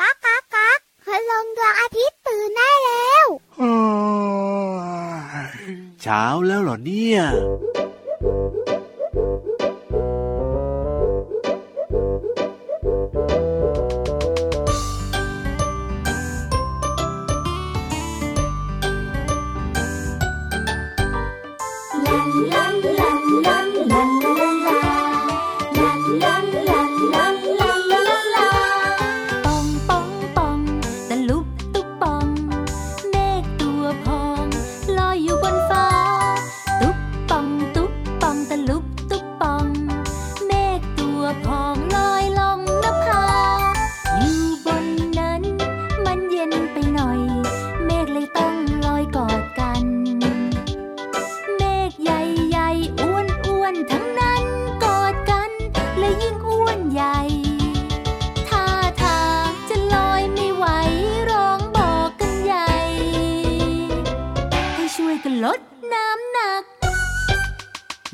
ก๊ากก๊ากก๊ากคืลงดวงอาทิตย์ตื่นได้แล้ว เช้าแล้วเหรอเนี่ย ป่องป่องป่องตะลุกตุกป่องเมฆตัวพองลอยอยู่บนฟ้า ตุกป่องตุกป่องตะลุกตุกป่องเมฆตัวพองลอยลงนภาอยู่บนนั้น มันเย็นไปหน่อย เมฆเลยต้องลอยกอดกัน เมฆใหญ่ๆอ้วนอ้วนๆทั้งนั้นกอดกัน และยิ่งอ้วนใหญ่ ท่าทางจะลอยไม่ไหวร้องบอกกันใหญ่ ให้ช่วยกันลดน้ำหนัก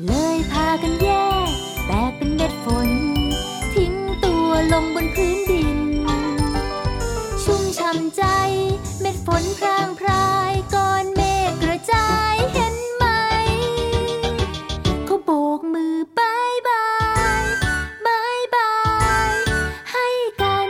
เลยพากันแยกแตกเป็นเม็ดฝน ทิ้งตัวลงบนพื้นดิน ชุ่มช่ำใจเม็ดฝนพรางพรายก้อนเมฆกระจายเห็นไหม เขาโบกมือบายบายบายบาย ให้กัน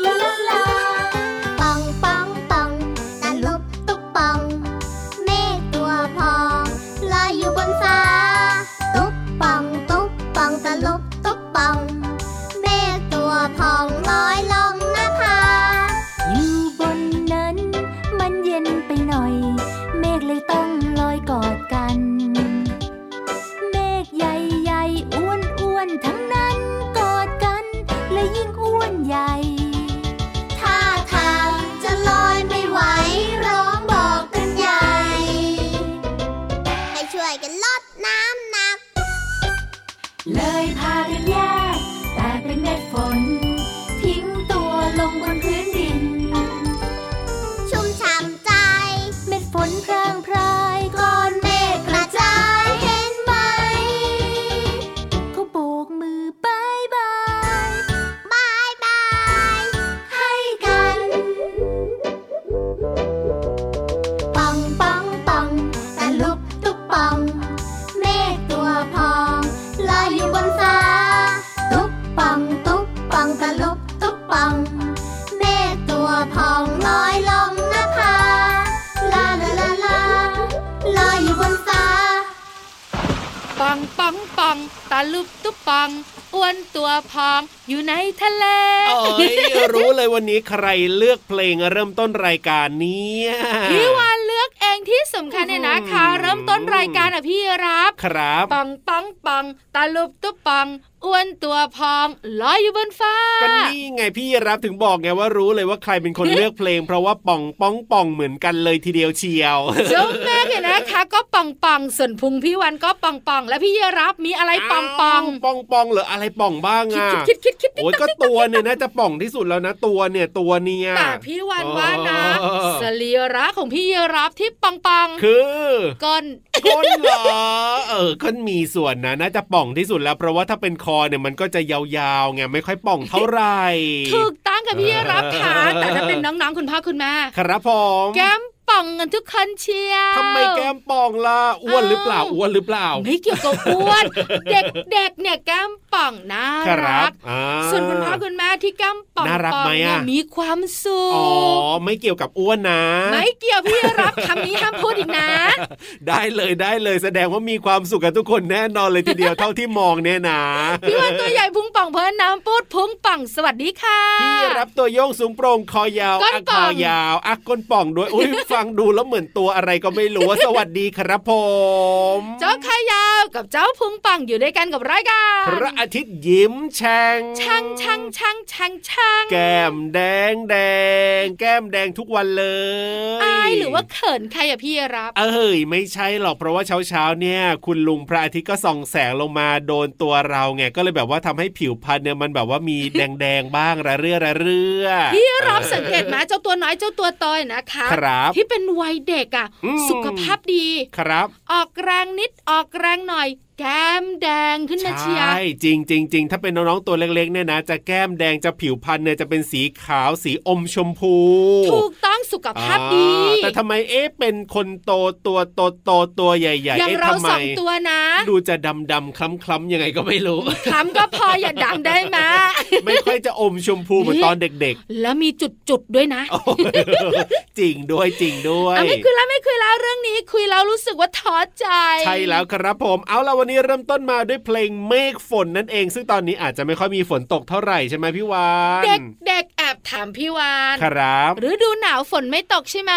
ป่องป่องป่องตะลุบตุกป่อง เมฆตัวพองลอยอยู่บนฟ้า ตุกป่องตุกป่องตะลุบตุกป่อง เมฆตัวพองลอยลงนภา อยู่บนนั้น มันเย็นไปหน่อย เมฆเลยต้องลอยกอดกัน เมฆใหญ่ๆอ้วนอ้วนๆทั้งนั้นกอดกัน และยิ่งอ้วนใหญ่ ท่าทางจะลอยไม่ไหวร้องบอกกันใหญ่ ให้ช่วยกันลดน้ำหนัก เลยพากันแยกแต่เป็นเม็ดฝน ทิ้งตัวลงบนพื้นดิน ชุ่มช่ำใจ เม็ดฝนพรางพรายก้อนเมฆกระจายเห็นไหมเขาโบกมือบายบาย บายบาย ให้กัน ป่องป่องป่องตะลุบตุกป่อง เมฆตัวพองลอยอยู่บนฟ้า ตุกป่องตุกป่องตะลุบตุกป่อง เมฆตัวพองลอยลงนภาลาลาลาลาลอยอยู่บนฟ้า ปองปองปองตาลุบตุ๊บปอง อ้วนตัวพองอยู่ในทะเล โอ้ยรู้เลยวันนี้ใครเลือกเพลงเริ่มต้นรายการเนี่ย พี่วานเลือกเองที่สำคัญเนี่ยนะคะ อืม เริ่มต้นรายการอ่ะพี่รับ ครับ ปองปองปองตาลุบตุ๊บปอง อ้วนตัวพองลอยอยู่บนฟ้า ก็นี่ไงพี่รับถึงบอกไงว่ารู้เลยว่าใครเป็นคนเลือกเพลง เพราะว่าป่องป้องป่องเหมือนกันเลยทีเดียวเชียว เจ้าแม่เนี่ยนะคะ ก็ปองปองส่วนพุงพี่วันก็ปองปองและพี่รับมีอะไรปองปอง ป่องป่องเหรออะไรป่องบ้างอ่ะ คิดคิดคิดคิด โอ้ยก็ตัวเนี่ยน่าจะป่องที่สุดแล้วนะตัวเนี่ยตัวเนี่ย แต่พี่วันว่านะ เออ สรีระของพี่รับที่ปองปอง คือ ก้น ก้นเหรอเออก้นมีส่วนนะน่าจะป่องที่สุดแล้ว เพราะว่าถ้าเป็นคอเนี่ยมันก็จะยาวๆไงไม่ค่อยป่องเท่าไหร่ ถูกตั้องกับพี่รับค่ะ เออ แต่ถ้าเป็นน้องๆคุณพ่อคุณแม่ ครับผม แก้มป่องกันทุกคนเชียว ทำไมแก้มป่องล่ะอ้วนหรือเปล่าอ้วนหรือเปล่า ไม่เกี่ยวกับอ้วน เด็กๆเนี่ยแก้มป่องน่า ครั รับ ก อ่า ส่วนคุณพ่อคุณแม่ที่แก้มป่อง น่ารักไหมป่องอะเนี่ยมีความสุ อ๋อ ข ไม่เกี่ยวกับอ้วนนะ ไม่เกี่ยวพี่รับคำนี้ห้ามพูดอีกนะ ได้เลยได้เลยแสดงว่ามีความสุขกับทุกคนแน่นอนเลยที เดียว เท่าที่มองเนี่ยนะ พี่วันตัวใหญ่พุงป่องเพิ่นน้ำปูดพุงป่องสวัสดีค่ะ พี่รับตัวโยงสูงโปร่งคอยาว ก้น อัก ป่ ค อง อยาวอักก้นป่องด้วย อุ้ย ฟังดูแล้วเหมือนตัวอะไรก็ไม่รู้ สวัสดีครับผม เจ้าขายาวกับเจ้าพุงป่องอยู่ด้วยกันกับรายการ พระอาทิตย์ยิ้มแฉ่ง ช่าง งชังชังชังชัง แก้มแดงแดง แก้มแดงทุกวันเลย อายหรือว่าเขินใครอะพี่รับ เอ้ยไม่ใช่หรอกเพราะว่าเช้าๆเนี่ย คุณลุงพระอาทิตย์ก็ส่องแสงลงมาโดนตัวเราไงก็เลยแบบว่าทำให้ผิวพรรณเนี่ยมันแบบว่ามี แดงๆบ้างระเรื่อระเรื่อ พี่รับสังเกตไหมเจ้าตัวน้อยเจ้าตัวโตอยนะคะ ครับ ที่เป็นวัยเด็กอะ อืม สุขภาพดี ครับ ออกแรงนิดออกแรงหน่อย แก้มแดงขึ้นมาเชียร์ ใช่จริงจริงจริงถ้าเป็นน้องๆตัวเล็กๆเนี่ยนะ จะแก้มแดงจะผิวพรรณเนี่ยจะเป็นสีขาวสีอมชมพู ถูกต้องสุขภาพดี อ่าแต่ทำไมเอ๊ะเป็นคนโตตัวโตโตๆตัวใหญ่ๆ อย่าง เอ๊ะ เรา ทำไม สองตัวนะ ดูจะดำๆคล้ำๆยังไงก็ไม่รู้ คำก็พออย่าดังได้ไหม ไม่ค่อยจะอมชมพูเหมือนตอนเด็ก ๆ แล้วมีจุดจุดๆด้วยนะ โอ้โหจริงด้วยจริงด้วย อ่ะไม่คุยแล้วไม่คุยแล้วเรื่องนี้คุยแล้วรู้สึกว่าท้อใจ ใช่แล้วครับผม เอาละวันนี้เริ่มต้นมาด้วยเพลงเมฆฝนนั่นเอง ซึ่งตอนนี้อาจจะไม่ค่อยมีฝนตกเท่าไหร่ใช่ไหมพี่วาน เด็กเด็กๆแอบถามพี่วาน ครับ ฤดูหนาวฝนไม่ตกใช่ไหม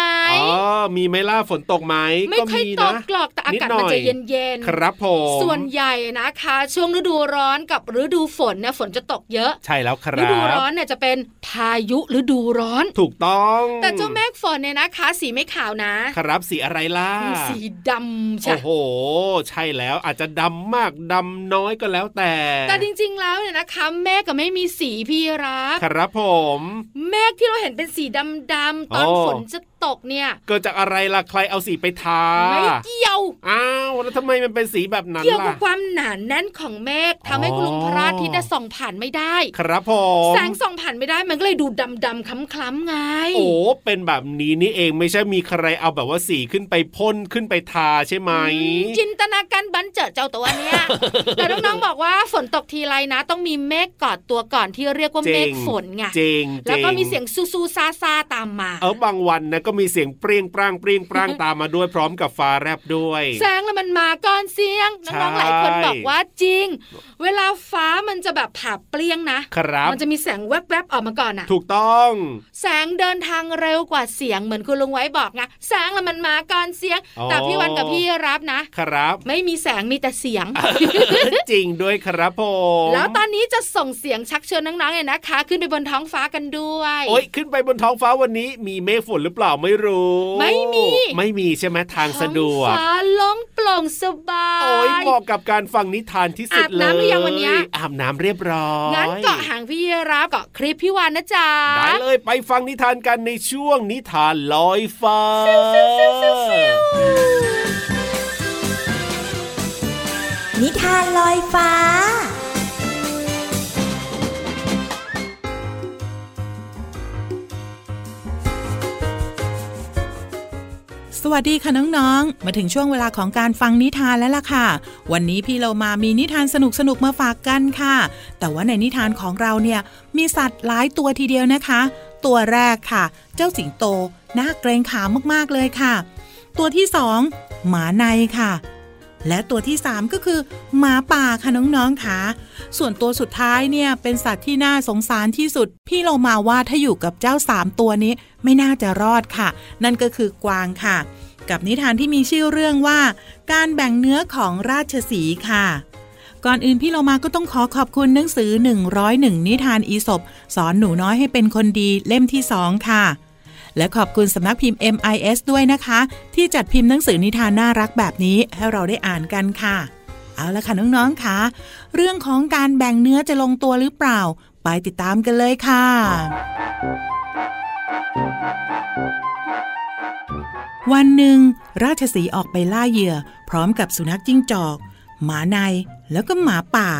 อ๋อมีไหมล่าฝนตกไหม ไม่ค่อย มี ต นะ กหรอกแต่อากาศ ดห มัน อ จะเย็นเย็นๆ ครับผม ส่วนใหญ่นะคะ ช่วงฤดูร้อนกับฤดูฝนเนี่ยฝนจะตกเยอะ ใช่แล้วค ฤ รั ดูร้อบ นเนี่ยจะเป็นพายุฤดูร้อน ถูกต้อง แต่เจ้าเมฆฝนเนี่ยนะคะ สีไม่ขาวนะครับ สีอะไรล่ะ สีดำใช่ โอ้โห ใช่แล้วอาจจะดำมากดำน้อยก็แล้วแต่ แต่จริงๆ แล้วเนี่ยนะคะแม่ก็ไม่มีสีพี่รับ ครับผม เมฆที่เราเห็นเป็นสีดำๆตอน อ๋อ ฝนจะตกเนี่ย เกิดจากอะไรล่ะใครเอาสีไปทา ไม่เกี่ยว อ้าวแล้วทำไมมันเป็นสีแบบนั้น เกี่ยวกั ล่ะ บความหนานแน่นของเมฆทำให้ อ๋อ คุณลุงพระอาทิตย์น่ะส่องผ่านไม่ได้ ครับผม แสงส่องผ่านไม่ได้มันก็เลยดูดำๆคล้ำๆไง โอ้เป็นแบบนี้นี่เองไม่ใช่มีใครเอาแบบว่าสีขึ้นไปพ่นขึ้นไปทาใช่ไหม จินตนาการบันเจิดเจ้าตัว เนี่ย แต่น้องๆบอกว่าฝนตกทีไรนะ ต้องมีเมฆกอดตัวก่อนที่เรียกว่าเมฆฝนไง เจงเจง แล้วก็มีเสียงซูซูซาซาๆตามมา เออบางวันนะก็มีเสียงเปรี้ยงปร้างเปรี้ยงปร้างตามมาด้วยพร้อมกับฟ้าแลบด้วย แสงแล้วมันมาก่อนเสียง ใช่ น้องๆหลายคนบอกว่าจริง เวลาฟ้ามันจะแบบผ่าเปลี่ยงนะครับ มันจะมีแสงแวบๆออกมาก่อนอะ ถูกต้อง แสงเดินทางเร็วกว่าเสียงเหมือนคุณลุงไว้บอกไงแสงแล้วมันมาก่อนเสียง อ๋อ แต่พี่วันกับพี่รับนะ ครับ ไม่มีแสงมีแต่เสียง จริงด้วยครับผม แล้วตอนนี้จะส่งเสียงชักชวนน้องๆเนี่ยนะคะ ขึ้นไปบนท้องฟ้ากันด้วย โอ๊ยขึ้นไปบนท้องฟ้าวันนี้ มีเมฆฝนหรือเปล่าไม่รู้ ไม่มี ไม่มีใช่ไหมทางสะดว ท้อง ก ฟ้าโล่งโปร่งสบาย โอ้ยเหมาะกับการฟังนิทานที่สุดเลย อาบน้ำหรือยังวันเนี้ย อาบน้ำเรียบร้อย งั้นเกาะหางพี่รับเกาะคลิปพี่วานนะจ๊ะ ได้เลยไปฟังนิทานกันในช่วงนิทานลอยฟ้า นิทานลอยฟ้า สวัสดีค่ะน้องๆ มาถึงช่วงเวลาของการฟังนิทานแล้วล่ะค่ะ วันนี้พี่เรามามีนิทานสนุกๆ มาฝากกันค่ะ แต่ว่าในนิทานของเราเนี่ยมีสัตว์หลายตัวทีเดียวนะคะ ตัวแรกค่ะ เจ้าสิงโตน่าเกรงขามมากๆเลยค่ะ ตัวที่สองหมาในค่ะ และตัวที่สามก็คือหมาป่าค่ะน้องๆค่ะ ส่วนตัวสุดท้ายเนี่ยเป็นสัตว์ที่น่าสงสารที่สุด พี่เรามาว่าถ้าอยู่กับเจ้าสามตัวนี้ไม่น่าจะรอดค่ะ นั่นก็คือกวางค่ะ กับนิทานที่มีชื่อเรื่องว่า การแบ่งเนื้อของราชสีห์ค่ะ ก่อนอื่นพี่เรามาก็ต้องขอขอบคุณหนังสือ 101 นิทานอีสบสอนหนูน้อยให้เป็นคนดีเล่มที่สองค่ะ และขอบคุณสำนักพิมพ์ MIS ด้วยนะคะ ที่จัดพิมพ์หนังสือนิทานน่ารักแบบนี้ให้เราได้อ่านกันค่ะ เอาละค่ะน้องๆค่ะ เรื่องของการแบ่งเนื้อจะลงตัวหรือเปล่า ไปติดตามกันเลยค่ะ วันหนึ่ง ราชสีห์ออกไปล่าเหยื่อ พร้อมกับสุนัขจิ้งจอก หมาในแล้วก็หมาป่า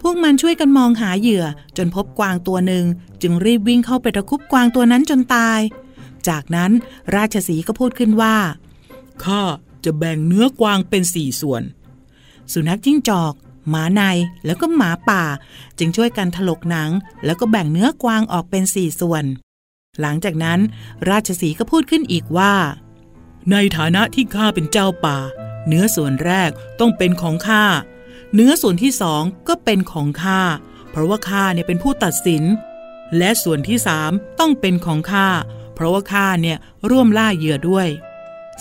พวกมันช่วยกันมองหาเหยื่อจนพบกวางตัวหนึ่ง จึงรีบวิ่งเข้าไปตะครุบกวางตัวนั้นจนตาย จากนั้นราชสีห์ก็พูดขึ้นว่าข้าจะแบ่งเนื้อกวางเป็นสี่ส่วน สุนัขจิ้งจอก หมาในแล้วก็หมาป่า จึงช่วยกันถลกหนัง แล้วก็แบ่งเนื้อกวางออกเป็นสี่ส่วน หลังจากนั้น ราชสีห์ก็พูดขึ้นอีกว่า ในฐานะที่ข้าเป็นเจ้าป่า เนื้อส่วนแรกต้องเป็นของข้าเนื้อส่วนที่สองก็เป็นของข้าเพราะว่าข้าเนี่ยเป็นผู้ตัดสิน และส่วนที่สามต้องเป็นของข้าเพราะว่าข้าเนี่ยร่วมล่าเหยื่อด้วย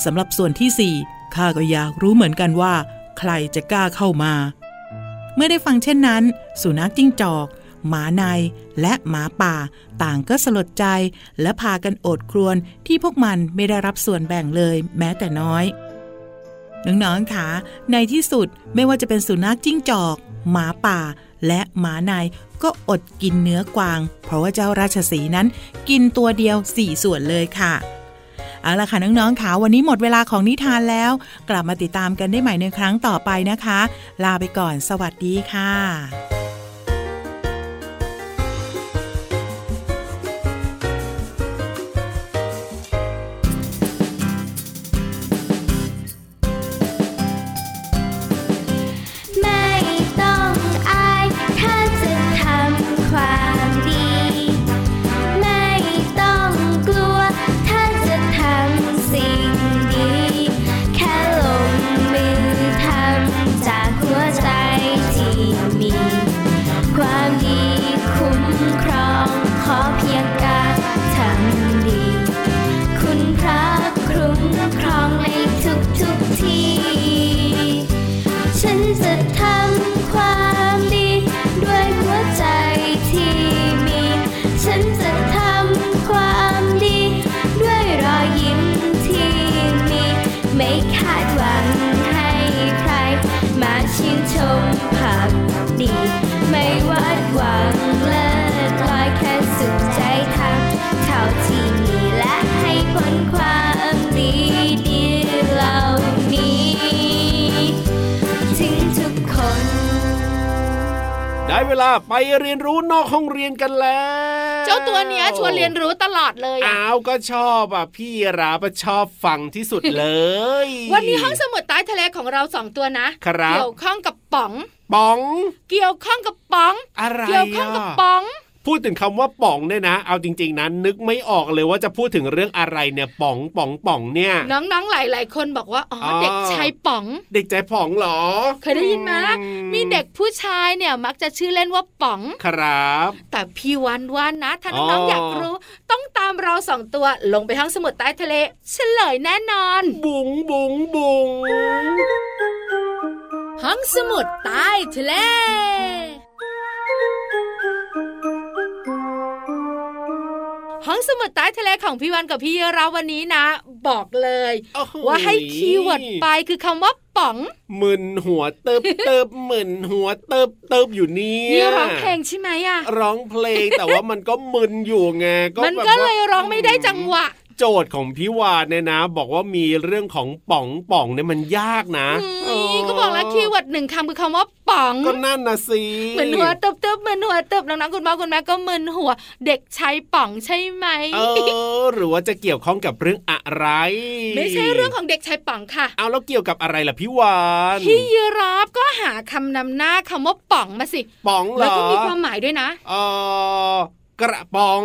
สำหรับส่วนที่สี่ข้าก็อยากรู้เหมือนกันว่า ใครจะกล้าเข้ามา เมื่อได้ฟังเช่นนั้น สุนัขจิ้งจอก หมาในและหมาป่า ต่างก็สลดใจ และพากันโอดครวญที่พวกมันไม่ได้รับส่วนแบ่งเลยแม้แต่น้อย น้องๆค่ะในที่สุดไม่ว่าจะเป็นสุนัขจิ้งจอก หมาป่า และหมาในก็อดกินเนื้อกวาง เพราะว่าเจ้าราชสีห์นั้นกินตัวเดียว 4 ส่วนเลยค่ะ เอาละค่ะน้องๆค่ะวันนี้หมดเวลาของนิทานแล้ว กลับมาติดตามกันได้ใหม่ในครั้งต่อไปนะคะ ลาไปก่อนสวัสดีค่ะ ไม่ต้องอาย ถ้าจะทำความดี ไม่ต้องกลัว ถ้าจะทำสิ่งดี แค่ลงมือทำจากหัวใจที่มี ความดีคุ้มครอง ขอเพียงการทำดี คุณพระคุ้มครองในทุกทุกๆที่ ฉันจะทำความดี ด้วยหัวใจที่มี ฉันจะทำความดี ด้วยรอยยิ้มที่มี ไม่คาดหวังให้ใคร มาชื่นชมผักดี ไม่วาดหวังเลิศลอยแค่สุขใจทำเท่าที่มีและให้ผลความดีดีๆเหล่านี้ ถึงทุกคน ได้เวลาไปเรียนรู้นอกห้องเรียนกันแล้ว เจ้าตัวเนี้ยชวนเรียนรู้ตลอดเลยอะ อ้าวก็ชอบอ่ะพี่ราบชอบฟังที่สุดเลย วันนี้ห้องสมุดใต้ทะเลของเราสองตัวนะ ครับ เกี่ยวข้องกับป๋อง ป๋อง เกี่ยวข้องกับป๋อง อะไร เกี่ยวข้องกับ อ่ะ ป๋อง พูดถึงคำว่าป๋องเนี่ยนะ เอาจริง ๆนะนึกไม่ออกเลยว่าจะพูดถึงเรื่องอะไรเนี่ยป๋องป๋องป๋องเนี่ย น้องๆ หลายๆ คนบอกว่า อ๋ออ อ เด็กชายป๋อง เด็กใจป๋องเหรอ เคยได้ยินไหม อื มีเด็กผู้ชายเนี่ยมักจะชื่อเล่นว่าป๋อง ครับ แต่พี่วันว่านะ ถ้าน้ อ๋ อง อ ๆ อ อยากรู้ ต้องตามเราสองตัวลงไปห้องสมุดใต้ทะเล เฉลยแน่นอน บุ๋งบุ๋งบุ๋ง ห้องสมุดใต้ทะเล ห้องสมุดใต้ทะเลของพี่วันกับพี่เราวันนี้นะ บอกเลย โอ้โ ว่าให้คีย์เวิร์ดไปคือคำว่าป๋อง มึนหัวเติบเติบมึนหัวเติบเติบอยู่เนี่ย นี่ร้องเพลงใช่ไหมอะ ร้องเพล งแต่ว่ามันก็มึนอยู่ไงก็ มัน แบบ ก็ ว่า เลยร้องไม่ได้จังหวะ โจทย์ของพี่วานเนี่ยนะ บอกว่ามีเรื่องของป๋องป๋องเนี่ยมันยากนะ อืมก็บอกแล้วคีย์เวิร์ดหนึ่งคำคือคำว่าป๋อง ก็นั่นนะสิ เหมือนหัวเติบเติบเหมือนหัวเติบน้องๆคุณพ่อคุณแม่ก็มึนหัว เด็กชายป๋องใช่ไหม เออหรือว่าจะเกี่ยวข้องกับเรื่องอะไร ไม่ใช่เรื่องของเด็กชายป๋องค่ะ เอาแล้วเกี่ยวกับอะไรล่ะพี่วาน พี่ยีราฟก็หาคำนำหน้าคำว่าป๋องมาสิ ป๋องเหรอ แล้วก็มีความหมายด้วยนะ เออกระป๋อง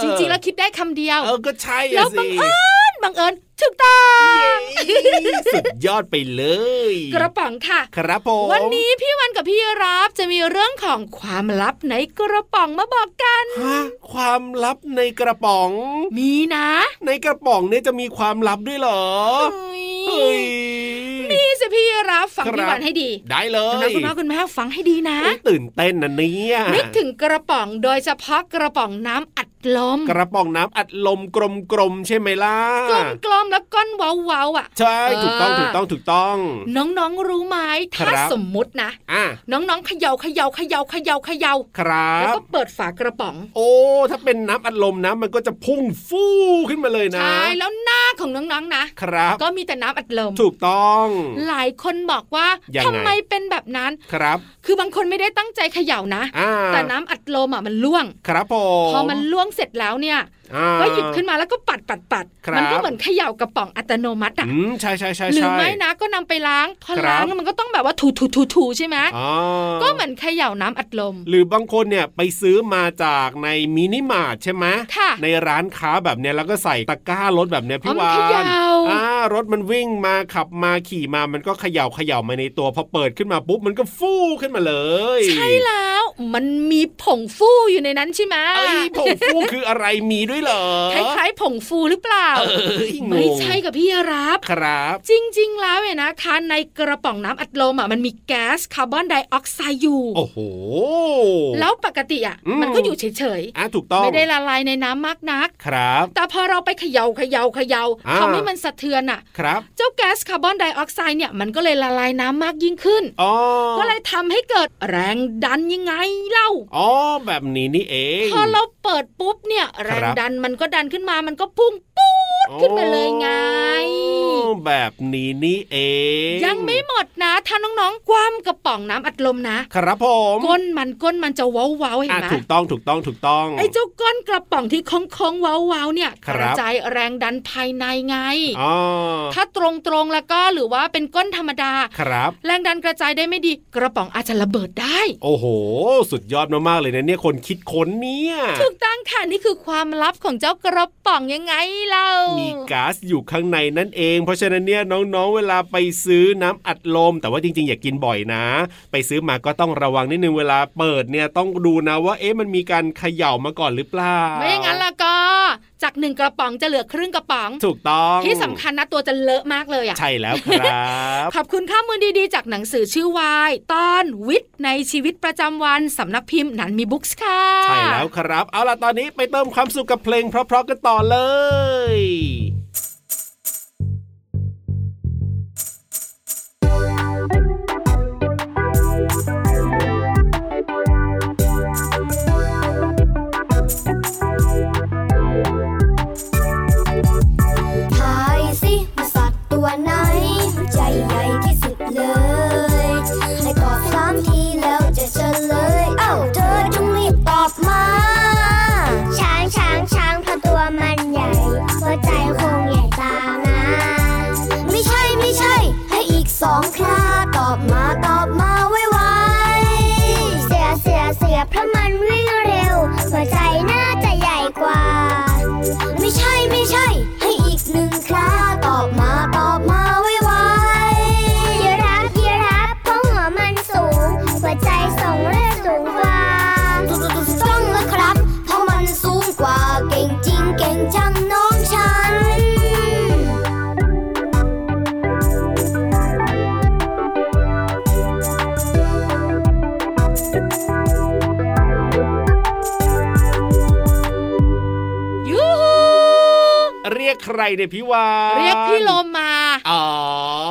จริงๆแล้วคิดได้คำเดียว เออก็ใช่อะ แล้วบั สิ งเอิญบังเอิญถูกต้อง สุดยอดไปเลย กระป๋องค่ะ ครับผม วันนี้พี่วันกับพี่ยีรับจะมีเรื่องของความลับในกระป๋องมาบอกกัน ฮะความลับในกระป๋อง มีนะ ในกระป๋องเนี่ยจะมีความลับด้วยเหรอเฮ้ย มีสิพี่ยีรับฟัง ครับ พี่วันให้ดี ได้เล คุณ ย นะคุณพ่อคุณแม่ฟังให้ดีนะ โอ้ยตื่นเต้นนะเนี่ย นึกถึงกระป๋องโดยเฉพาะกระป๋องน้ำอัดลม กระป๋องน้ำอัดลมกลมๆใช่ไหมล่ะ กลมๆแล้วก้นเว้าๆอ่ะ ใช่ถูกต้อง เออ ถูกต้องถูกต้อง น้องๆรู้ไหมถ้า ครับ สมมุตินะ อ่ะ น้องๆเขย่าเขย่าเขย่าเขย่าเขย่า ครั แล้ว บ ก็เปิดฝากระป๋อง โอ้ ถ้าเป็นน้ำอัดลมนะ มันก็จะพุ่งฟู่ขึ้นมาเลยนะ ใช่แล้วหน้าของน้องๆนะ ครับ ก็มีแต่น้ำอัดลม ถูกต้อง หลายคนบอกว่าย งไง ทำไมเป็นแบบนั้น ครับ คือบางคนไม่ได้ตั้งใจเขย่านะ อ่า แต่น้ำอัดลมอ่ะมันล่วง ครับผม พอมันล่วงเสร็จแล้วเนี่ย อ่า ก็หยิบขึ้นมาแล้วก็ปัดปัดปัด ครับ มัก็เหมือนเขย่ากระป๋องอัตโนมัติอ่ะ อืมใช่ใช่ใช่ หรือ ใช่ ไม่นะก็นำไปล้าง พอ ครับ ล้างมันก็ต้องแบบว่าถูถูถูถูใช่ไหม อ่า ก็เหมือนเขย่าน้ำอัดลม หรือบางคนเนี่ยไปซื้อมาจากในมินิมาร์ทใช่ไหม ค่ะ ในร้านค้าแบบเนี้ยแล้วก็ใส่ตะกร้ารถแบบเนี้ย อ๋ พี่ อมั วาน เขย่า นอ่ารถมันวิ่งมาขับมาขี่มามันก็เขย่าเขย่ามาในตัวพอเปิดขึ้นมาปุ๊บมันก็ฟู่ขึ้นมาเลย ใช่แล้ว มันมีผงฟู่อยู่ในนั้นใช่ไหม เอ้ยผงฟูคืออะไรมีด้วยเหรอ คล้ายๆผงฟูหรือเปล่า เอ้ยงง ไม่ใช่กับพี่รับ ครับ จริง ๆ แล้วเนี่ยนะคะในกระป๋องน้ำอัดลมอ่ะมันมีแก๊สคาร์บอนไดออกไซด์อยู่ โอ้โห แล้วปกติอ่ะ อืม มันก็อยู่เฉย อ่ะถูก ๆ ต้อง ไม่ได้ละลายในน้ำมากนัก ครับ แต่พอเราไปเขยา่าเขยา่าเขยา่า อ่า ทำให้มันสะเทือนอ่ะ ครับ เจ้าแก๊สคาร์บอนไดออกไซด์เนี่ยมันก็เลยละลายน้ำมากยิ่งขึ้น อ๋อ ก็เลยทำให้เกิดแรงดันยังไงเล่า อ๋อแบบนี้นี่เอง พอเราเปิดปุ๊บเนี่ยแรง ครับ ดันมันก็ดันขึ้นมามันก็พุ่งปุ๊ดขึ้นมาเลยไง อ๋อแบบนี้นี่เอง ยังไม่หมดนะ ถ้าน้องๆ คว่ำกระป๋องน้ำอัดลมนะ ครับผม ก้นมันก้นมันจะเว้าเว้าๆเห็น อ่ะ ไหม ถูกต้องถูกต้องถูกต้อง ไอ้เจ้าก้นกระป๋องที่คงคงๆเว้าเว้าๆเนี่ย ครั ก บ ระจายแรงดันภายในไง อ๋อ ถ้าตรงตรงๆแล้วก็หรือว่าเป็นก้นธรรมดา ครับ แรงดันกระจายได้ไม่ดี กระป๋องอาจจะระเบิดได้ โอ้โห สุดยอดมากๆเลยนะเนี่ยคนคิดค้นเนี่ย ถูกต้องค่ะนี่คือความลับของเจ้ากระป๋องยังไงเล่า มี มี ก๊าซอยู่ข้างในนั่นเอง เพราะฉะนั้นเนี่ยน้องๆ เวลาไปซื้อน้ำอัดลม แต่ว่าจริงๆ อย่ากกินบ่อยนะ ไปซื้อมาก็ต้องระวังนิดนึงเวลาเปิดเนี่ยต้องดูนะว่าเอ๊ะมันมีการเขย่ามาก่อนหรือเปล่า ไม่อย่างนั้นแล้วก็ จากหนึ่งกระป๋องจะเหลือครึ่งกระป๋อง ถูกต้อง ที่สำคัญนะตัวจะเลอะมากเลยอ่ะ ใช่แล้วครับ ขอบคุณข้อมูลดีๆ จากหนังสือชื่อวายตอนวิทย์ในชีวิตประจำวันสำนักพิมพ์หนันมีบุ๊กส์ค่ะ ใช่แล้วครับ เอาล่ะ ตอนนี้ไปเติมความสุขกับเพลงเพราะๆกันต่อเลย ทายสิว่าสัตว์ตัวไหน ใจใหญ่ที่สุดเลย ให้ตอบสามทีแล้วจะเฉลย เอ้าเธอจงรีบตอบมา ช้างช้างช้างเพราะตัวมันใหญ่หัวใจคงใหญ่ตามนะ ไม่ใช่ไม่ใช่ ให้อีกสองคราตอบมาตอบมาไวไวๆเสียเสียเสียเพราะมันวิ่งเร็ว หัวใจน่าจะใหญ่กว่า ไม่ใช่ไม่ใช่ ให้อีกหนึ่งคราตอบมาตอบมาไวไวยีราฟยีราฟเพราะหัวมันสูง หัวใจส่งเลือดสูงกว่าถูกถูกต้องแล้วครับ เพราะมันสูงกว่าเก่งจริงเก่งจังน้องฉัน ยูฮู เรียกใครเนี่ยพี่วาน เรียกพี่โลมา อ๋อ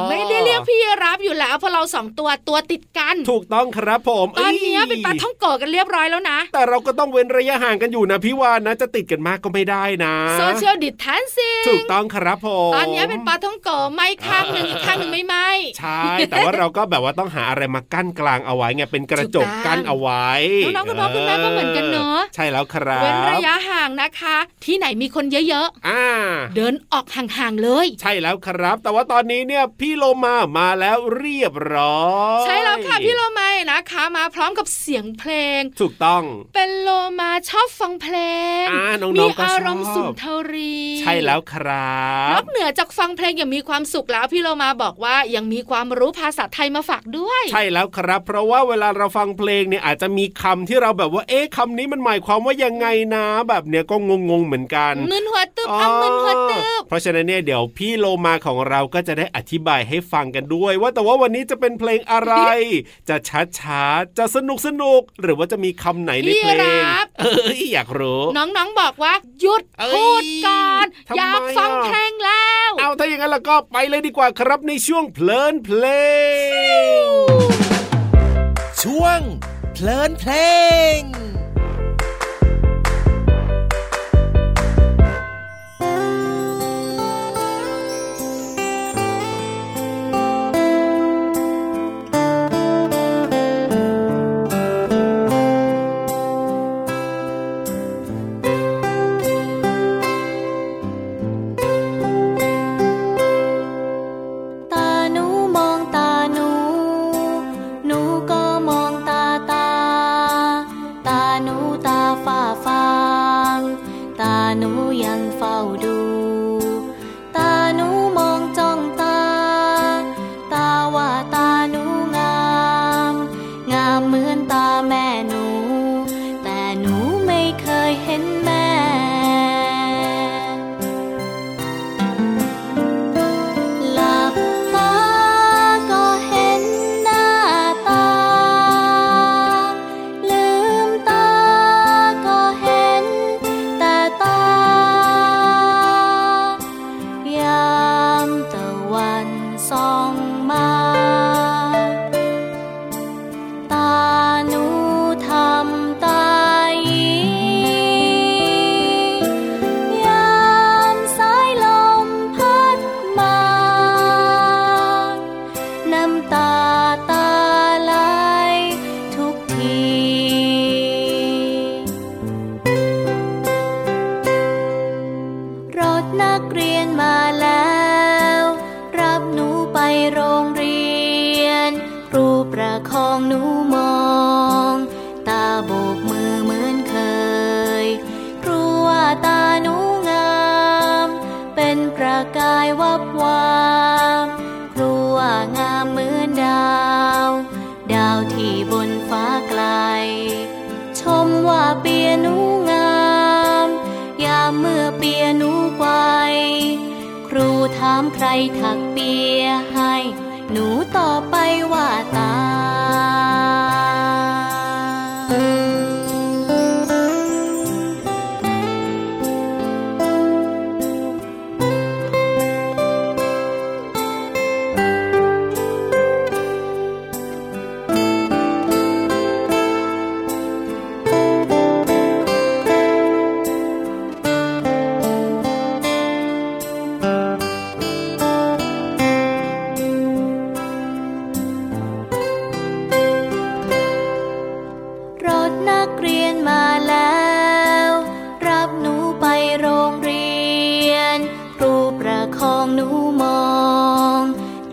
ไม่ได้เรียกพี่รับอยู่แล้วเพราะเราสองตัวตัวติดกัน ถูกต้องครับผม ตอนเนี้ย ย เป็นปลาท่องโกะกันเรียบร้อยแล้วนะ แต่เราก็ต้องเว้นระยะห่างกันอยู่นะพี่วานนะจะติดกันมากก็ไม่ได้นะ โซเชียลดิสแทนซิ ถู ง กต้องครับผม ตอนเนี้ยเป็นปลาท่องโกะไม่ข้างหนึ่งอีกข้างหนึ่งไม่ไหม ใช่ แต่ว่าเราก็แบบว่าต้องหาอะไรมากั้นกลางเอาไว้ไงเป็นกระจก ถูกต้อง กั้นเอาไว้ น้องๆคุณพ่อคุณแม่ก็เหมือนกันเนอะ ใช่แล้วครับ เว้นระยะห่างนะคะ ที่ไหนมีคนเยอะ อ่า ๆ เดินออกห่างๆเลย ใช่แล้วครับ แต่ว่าตอนนี้เนี่ยพี่โลมามาแล้วเรียบร้อย ใช่แล้วค่ะพี่โลมานะคะ มาพร้อมกับเสียงเพลง ถูกต้อง เป็นโลมาชอบฟังเพลง อ่าน้องๆ มี ก็ชอบ อารมณ์สุนทรีย์ ใช่แล้วครับ นอกเหนือจากฟังเพลงอย่างมีความสุขแล้วพี่โลมาบอกว่ายังมีความรู้ภาษาไทยมาฝากด้วย ใช่แล้วครับ เพราะว่าเวลาเราฟังเพลงเนี่ยอาจจะมีคำที่เราแบบว่า เอ๊ะคำนี้มันหมายความว่ายังไงนะ แบบเนี้ยก็งงๆเหมือนกัน มึนหัวตึบอ้ามึนหัวตึบ เพราะฉะนั้นเนี่ยเดี๋ยวพี่โลมาของเราก็จะได้อธิบายให้ฟังกันด้วย ว่าแต่ว่าวันนี้จะเป็นเพลง อะไร จะช้าๆจะสนุกสนุกๆหรือว่าจะมีคำไหนในเพพี่ลง รับ เอ้ยอยากรู้ น้องๆบอกว่า หยุด เอ้ย พูดก่อน ทำไม อยากฟัง อ่ะ เพลงแล้ว เอาถ้าอย่างนั้นแล้วก็ไปเลยดีกว่าครับในช่วงเพลินเพลง ช่วง เพลินเพลง ตาหนูมองตาหนู หนูก็มองตาตา ตาหนูตาฝ้าฟาง ตาหนูยังเฝ้าดู ตาหนูมองจ้องตา ตาว่าตาหนูงาม งามเหมือนตาแม่หนู เปียหนูไกวครูถามใครถักเปียให้ หนูตอบไปว่าตา รถนักเรียนมาแล้ว รับหนูไปโรงเรียน ครูประคองหนูมอง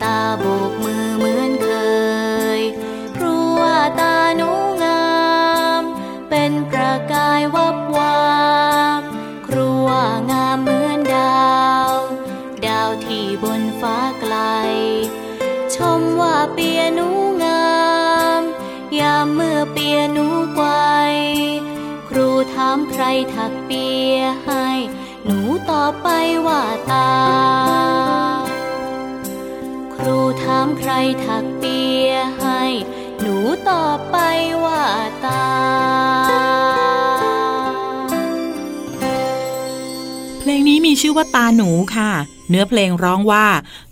ตาโบกมือเหมือนเคย ครูว่าตาหนูงาม เป็นประกายวับวามครูว่างามเหมือนดาว ดาวที่บนฟ้าไกล ชมว่าเปียหนูงาม ยามเมื่อเปียหนูไกวครูถามใครถักเปียให้ หนูตอบไปว่าตา ครูถามใครถักเปียให้ หนูตอบไปว่าตา เพลงนี้มีชื่อว่าตาหนูค่ะ เนื้อเพลงร้องว่า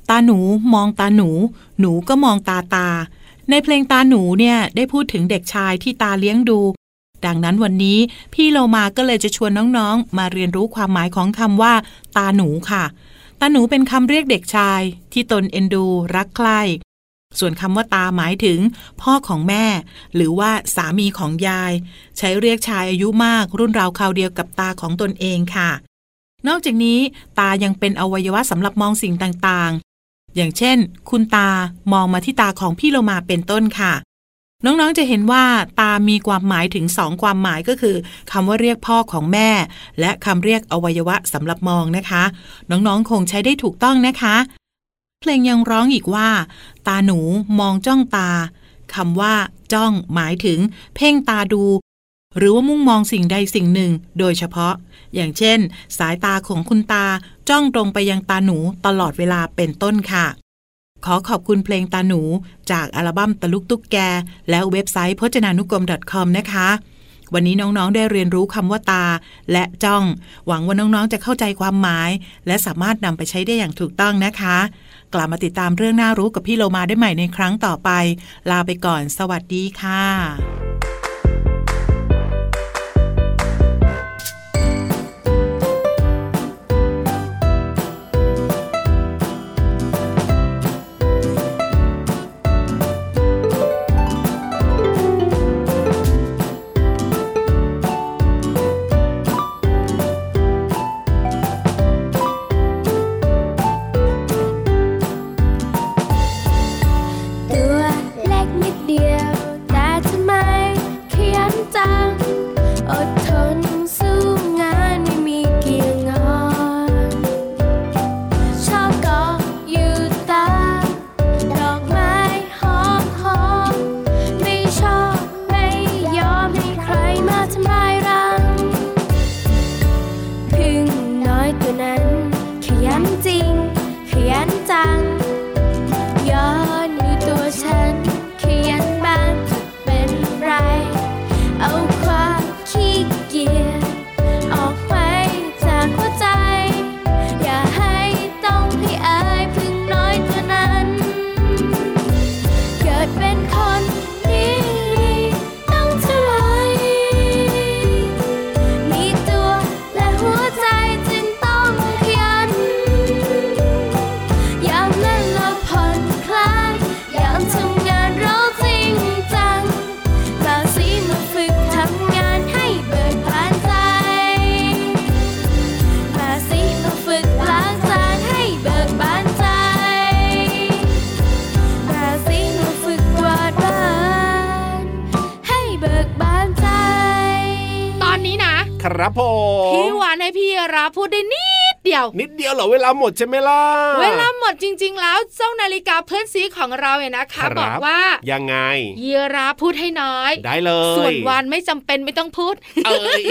ตาหนูมองตาหนู หนูก็มองตาตา ในเพลงตาหนูเนี่ยได้พูดถึงเด็กชายที่ตาเลี้ยงดู ดังนั้นวันนี้พี่เรามาก็เลยจะชวนน้องๆ มาเรียนรู้ความหมายของคำว่า ตาหนูค่ะ ตาหนูเป็นคำเรียกเด็กชาย ที่ตนเอ็นดูรักใคร่ ส่วนคำว่าตาหมายถึง พ่อของแม่ หรือว่าสามีของยาย ใช้เรียกชายอายุมากรุ่นราวคราวเดียวกับตาของตนเองค่ะ นอกจากนี้ตายังเป็นอวัยวะสำหรับมองสิ่งต่างๆ อย่างเช่น คุณตามองมาที่ตาของพี่โลมาเป็นต้นค่ะ น้องๆจะเห็นว่าตามีความหมายถึงสองความหมายก็คือคำว่าเรียกพ่อของแม่ และคำเรียกอวัยวะสำหรับมองนะคะ น้องๆคงใช้ได้ถูกต้องนะคะ เพลงยังร้องอีกว่า ตาหนูมองจ้องตาคำว่า จ้อง หมายถึง เพ่งตาดู หรือว่ามุ่งมองสิ่งใดสิ่งหนึ่ง โดยเฉพาะ อย่างเช่น สายตาของคุณตาจ้องตรงไปยังตาหนูตลอดเวลาเป็นต้นค่ะ ขอขอบคุณเพลงตาหนูจากอัลบั้มตะลุกตุ๊กแก และเว็บไซต์พจนานุกรม .com นะคะ วันนี้น้องๆได้เรียนรู้คำว่าตา และจ้อง หวังว่าน้องๆจะเข้าใจความหมาย และสามารถนำไปใช้ได้อย่างถูกต้องนะคะ กลับมาติดตามเรื่องน่ารู้กับพี่โลมาได้ใหม่ในครั้งต่อไป ลาไปก่อน สวัสดีค่ะ ตัวเล็กนิดเดียว แต่ทำไมขยันจัง อดทนสู้งานไม่มีเกี่ยงงอนชอบเกาะอยู่ตามดอกไม้หอมหอมไม่ชอบไม่ยอมให้ใครมาทำลายรัง พึ่งน้อยตัวนั้น ขยันจริง ขยันจัง ย้อนดูตัวฉันขยันบ้างจะเป็นไร เอาความขี้เกียจออกไปจากหัวใจ อย่าให้ต้องให้อายพึ่งน้อยตัวนั้น เกิดเป็นคนดีๆต้องเท่าไหรมีตัวและหัวใจจึงต้องขยัน ยามเล่นและผ่อนคลาย ยามทำงานเราจริงจังบางสีมาฝึกทำงานให้เบิกบานใจบางสีมาฝึกล้างจานให้เบิกบานใจบางสีมาฝึกกวาดบ้านให้เบิกบานใจ ตอนนี้นะ ครับผม พี่วานให้พี่รับพูดได้นิด เดียว นิดเดียวเหรอเวลาหมดใช่ไหมล่ะ เวลาหมดจริง ๆ แล้วเจ้านาฬิกาเพื่อนซีของเราเนี่ยนะ ครั คะ บ บอกว่า ยังไง ยีราฟพูดให้น้อย ได้เลย ส่วนวานไม่จำเป็นไม่ต้องพูด เอ้ย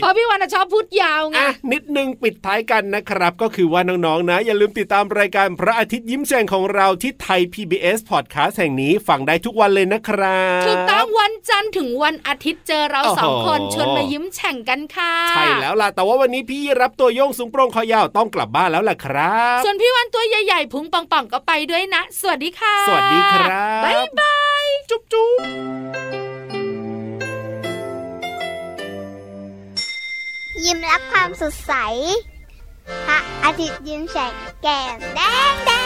เพราะพี่วานน่ะชอบพูดยาวไง อ่ะนิดนึงปิดท้ายกันนะครับ ก็คือว่าน้องๆนะ อย่าลืมติดตามรายการพระอาทิตย์ยิ้มแฉ่งของเราที่ไทย PBS Podcast แห่งนี้ฟังได้ทุกวันเลยนะครับ ถูกต้องวันจันทร์ถึงวันอาทิตย์เจอเรา โอ้โห สองคนชวนมายิ้มแฉ่งกันค่ะ ใช่แล้วล่ะ แต่ว่าวันนี้พี่รับตัวโยงสูงโปร่งคอยาวต้องกลับบ้านแล้วล่ะครับ ส่วนพี่วันตัวใหญ่ๆพุงป่องๆก็ไปด้วยนะ สวัสดีค่ะ สวัสดีครับ บ๊ายบายจุ๊บจุ๊บ ยิ้มรับความสดใส พระอาทิตย์ยิ้มแฉกแก้มแดงแดง